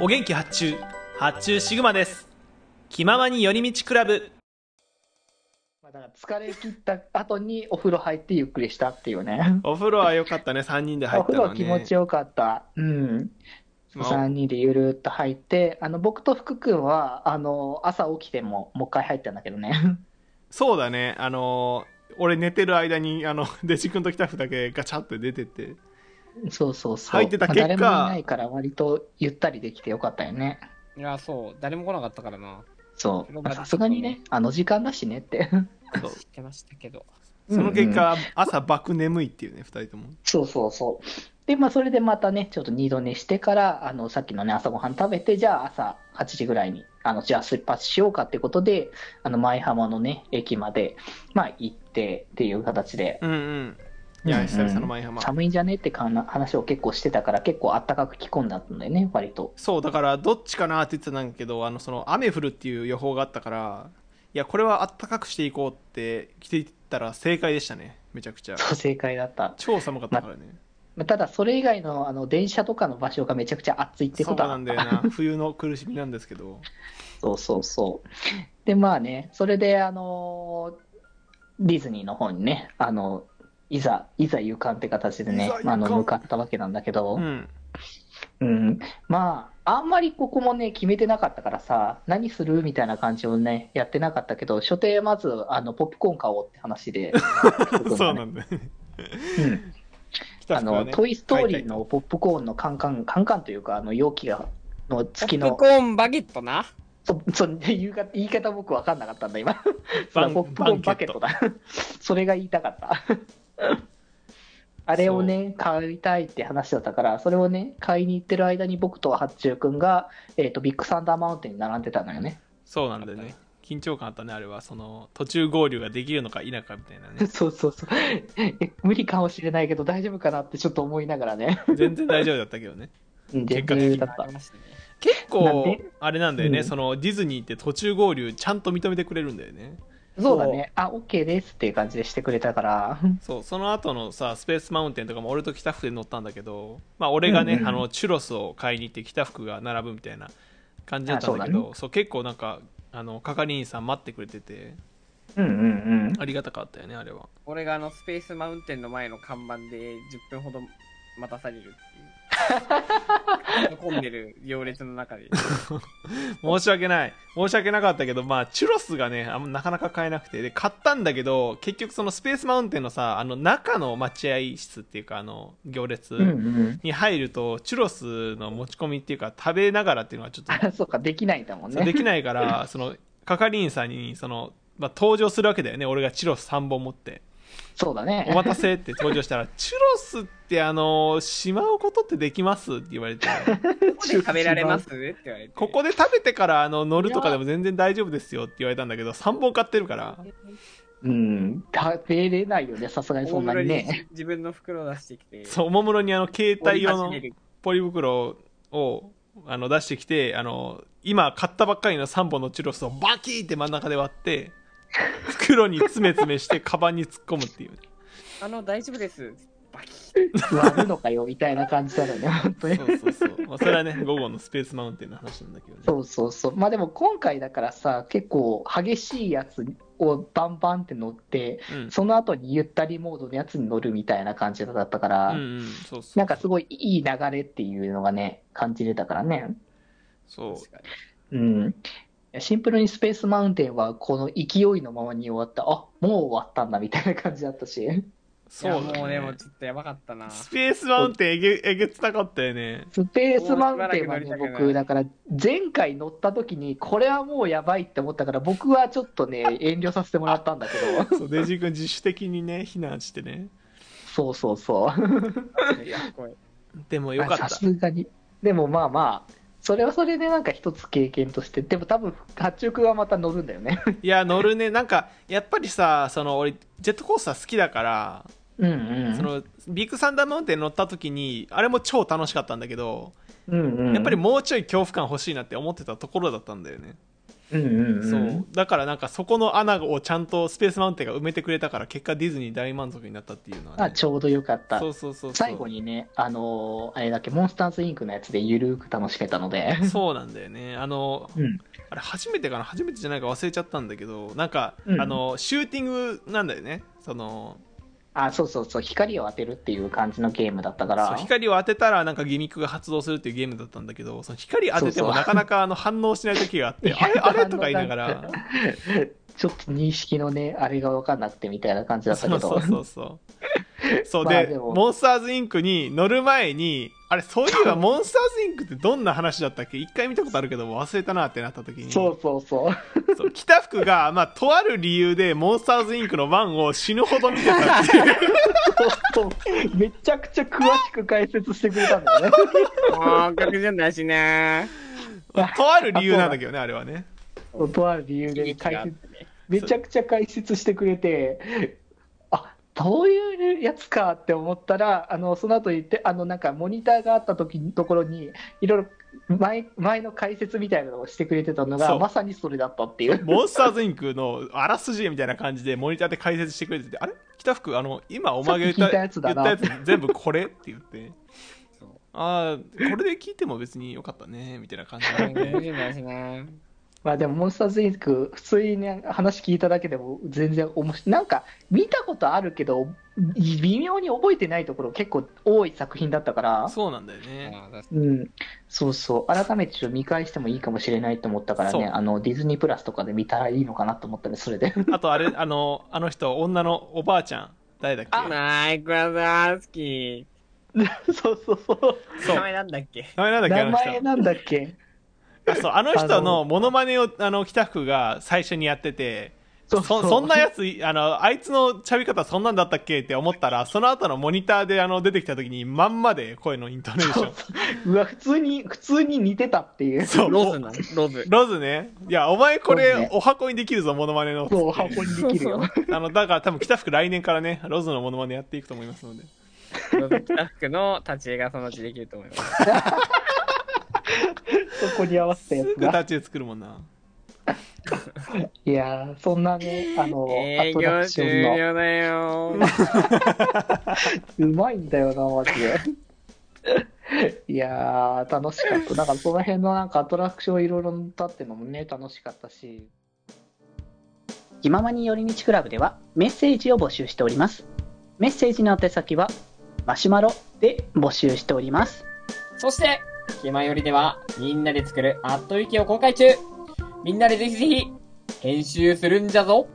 お元気発注発注シグマです気ままに寄り道クラブまあだから疲れ切った後にお風呂入ってゆっくりしたっていうね。お風呂は良かったね3人で入おった風の呂ね気持ちよかった。うん。まあ3人でゆるっと入って、あの、僕と福君は、あの、朝起きても、もう一回入ったんだけどね。 そうだねあのー俺寝てる間にあの デジ君と北フだけガチャって出てってそうそうそう。入ってた結果まあ誰もいないから割とゆったりできてよかったよね。いや、そう、誰も来なかったからな。そう。まあさすがにね、あの時間だしねって。そう知ってましたけど。その結うんうん果、朝爆眠いっていうね2人ともそうそうそう。で、まあ、それでまたね、ちょっと二度寝してから、あの、さっきのね、朝ごはん食べて、じゃあ朝8時ぐらいに、あの、じゃあ出発しようかってことで、あの、舞浜のね、駅まで、まあ、行ってっていう形で、うんうんいや久々の舞浜寒いんじゃねってかな話を結構してたから、結構あったかく着込んだんだよね、割と。そうだからどっちかなって言ってたんだけどあのその雨降るっていう予報があったからいやこれはあったかくしていこうって着ていったら正解でしたねめちゃくちゃそう、正解だった。超寒かったからね、まあただ、それ以外の、あの、電車とかの場所がめちゃくちゃ暑いってそこうとはなんだよな冬の苦しみなんですけどそうそうそう。で、まあね、それで、あのーディズニーの方にね、あのいざ、いざ勇敢って形でいねざ、あの、勇敢向かったわけなんだけど、ううん、んまあ、あんまりここもね、決めてなかったからさ、何するみたいな感じをね、やってなかったけど、所定まず、あの、ポップコーン買おうって話 で、そうなんだよねうん来たあ人はの、ねトイ・ストーリーのポップコーンのカンカン、カンカンというか、あの、容器が、のポ月ップのコ、ーンバゲットな。そそう言い方言い方僕分かんなかったんだ、今。バポップコーンバケットだ。それが言いたかった。あれをね、買いたいって話だったから、それをね、買いに行ってる間に僕と八中君が、えっ、と、ビッグサンダーマウンテンに並んでたのよね。そうなんだよね緊張感あったねあれはその途中合流ができるのか否かみたいなねそうそうそう。え無理かもしれないけど大丈夫かなってちょっと思いながらね。全然大丈夫だったけど ねうん結全果然的だにっあたり。ましたね。結な構んであれなんだよね、うんそのディズニーって途中合流ちゃんと認めてくれるんだよねそうだね。あ、OK ですっていう感じでしてくれたから。そうその後のさスペースマウンテンとかも俺と北福で乗ったんだけど、まあ、俺がね、うんうんあのチュロスを買いに行って北福が並ぶみたいな感じだったんだけどあそう結構なんかあの係員さん待ってくれててうんうんうん。ありがたかったよねあれは俺があの、スペースマウンテンの前の看板で10分ほど待たされるっていう。混んでる行列の中で。申し訳ない申し訳なかったけどまあチュロスがねあんまなかなか買えなくてで買ったんだけど結局そのスペースマウンテンのさあの中の待合室っていうかあの行列、うんうん。に入るとチュロスの持ち込みっていうか食べながらっていうのはちょっとあ、そうか、できないんだもんそうね。できないから、 その、係員さんに、その、まあ、登場するわけだよね。俺がチュロス3本持って。そうだおね。待たせって登場したら、 チュロスってあの、しまうことってできますって言われて、ここで食べられますって言われて。ここで食べてからあの乗るとかでも全然大丈夫ですよって言われたんだけど、3本買ってるから、うん。食べれないよね、さすがにそんなにね。大盛りに自分の袋出してきて。そう、おもむろにあの、携帯用の追い始めるポリ袋を、あの、出してきて、あの、今買ったばっかりの3本のチュロスをバキーって真ん中で割って、袋に詰め詰めして、カバンに突っ込むっていう。あの、大丈夫です。バキッ割るのかよみたいな感じだよね、本当に。そうそうそう。まあ、それはね、午後のスペースマウンテンの話なんだけどね。そうそうそう。まあでも今回だからさ、結構激しいやつをバンバンって乗って、うん。その後にゆったりモードのやつに乗るみたいな感じだったから、うんうん、そうそう。なんかすごいいい流れっていうのがね、感じれたからね。そう。確かにうん。シンプルにスペースマウンテンはこの勢いのままに終わった、あもう終わったんだみたいな感じだっ たし、そうだいやもうね、ねもうちょっとやばかったな。スペースマウンテンえげえげつなかったよね。スペースマウンテンはもうしばね、らく乗りたくない僕、だから前回乗った時に、これはもうやばいって思ったから、僕はちょっ とね、遠慮させてもらったんだけど。そう、デジ君自主的にね、避難してね。そうそうそう。いやすごいでもよかった。さすがに。でもまあまあ、それはそれでなんか一つ経験として、でも多分、八中君はまた乗るんだよね。いや、乗るね。なんか、やっぱりさ、その、俺、ジェットコースター好きだから、うんその、ビッグサンダーマウンテン乗った時に、あれも超楽しかったんだけど、うんうん、やっぱりもうちょい恐怖感欲しいなって思ってたところだったんだよね。うんうんうん。そうだからなんかそこの穴をちゃんとスペースマウンテンが埋めてくれたから結果ディズニー大満足になったっていうのは、ね、あちょうどよかった。そうそうそうそう最後にね、あのーあれだっけ、モンスターズインクのやつでゆるーく楽しめたの で。 そうなんだよねあのうん。あれ初めてかな初めてじゃないか忘れちゃったんだけどなんか、うんあのシューティングなんだよねそのあ、そうそうそう、光を当てるっていう感じのゲームだったから。そう光を当てたらなんかギミックが発動するっていうゲームだったんだけどその光当ててもそうそうなかなかあの反応しない時があって 意あ外れとあれとか言いながらちょっと認識のね、あれが分かんなくてみたいな感じだったけそうど。そうそうそうそうまあででもモンスターズインクに乗る前にあれそういえば モンスターズインクってどんな話だったっけ一回見たことあるけど忘れたなってなった時にそうそうそう。 そう北福が、まあ、とある理由でモンスターズインクの1を死ぬほど見てたっていうそうそうめちゃくちゃ詳しく解説してくれたんだよね。 合格じゃなしね。とある理由なんだけどねあれはねとある理由で解説、めちゃくちゃ解説してくれて、あどういうやつかって思ったら、あのその後言って、あのなんかモニターがあった時のところに、いろいろ前前の解説みたいなのをしてくれてたのそが、うまさにそれだったっていう。モンスターズインクのあらすじみたいな感じでモニターで解説してくれててあれ北福あの今お前が言ったさっき聞いたやつだな言ったやつ全部これって言ってそうああこれで聞いても別によかったねみたいな感じ合で、格ね、じゃなしね。 まあでも、モンスターズインク、普通にね、話聞いただけでも全然面白い。なんか、見たことあるけど、微妙に覚えてないところ結構多い作品だったから、そうなんだよあねー確かうん、そうそう、改めてちょっと見返してもいいかもしれないと思ったからそうね、あのディズニープラスとかで見たらいいのかなと思ったね、それで。 あとあれあのあの人女のおばあちゃん誰だっけにマイクラザースキそうそうそう、ー。そう名前なんだっけ名前なんだっけあ名の人前なんだっけあそうあの人あののモノマネをあの北福が最初にやっててそそうそうそんなやつあのあいつの喋り方そんなんだったっけって思ったらその後のモニターであの出てきた時にまんまで声のイントネーシそョうン そううわ、普通に、普通に似てたっていう。そうロズなの ロズ。ロズねいやお前こロズれねお箱にできるぞモノマネのっつってそう、お箱にできるよ。あのだから多分北福来年からねロズのモノマネやっていくと思いますのでロズ北福の立ち絵がそのうちできると思います。そこに合わせたすやつぐが。立ち絵作るもんないやー、そんなね、あの、ア営トラ業クシ終ョンの、了だよ。 うまいんだよな、マジ で。いやー、楽しかった。だから、その辺のなんかアトラクションいろいろ立ってのもね、楽しかったし。気ままに寄り道クラブではメッセージを募集しておりますメッセージの宛先はマシュマロで募集しておりますそして、気まよりでは、みんなで作るあっという間を公開中みんなでぜひぜひ、編集するんじゃぞ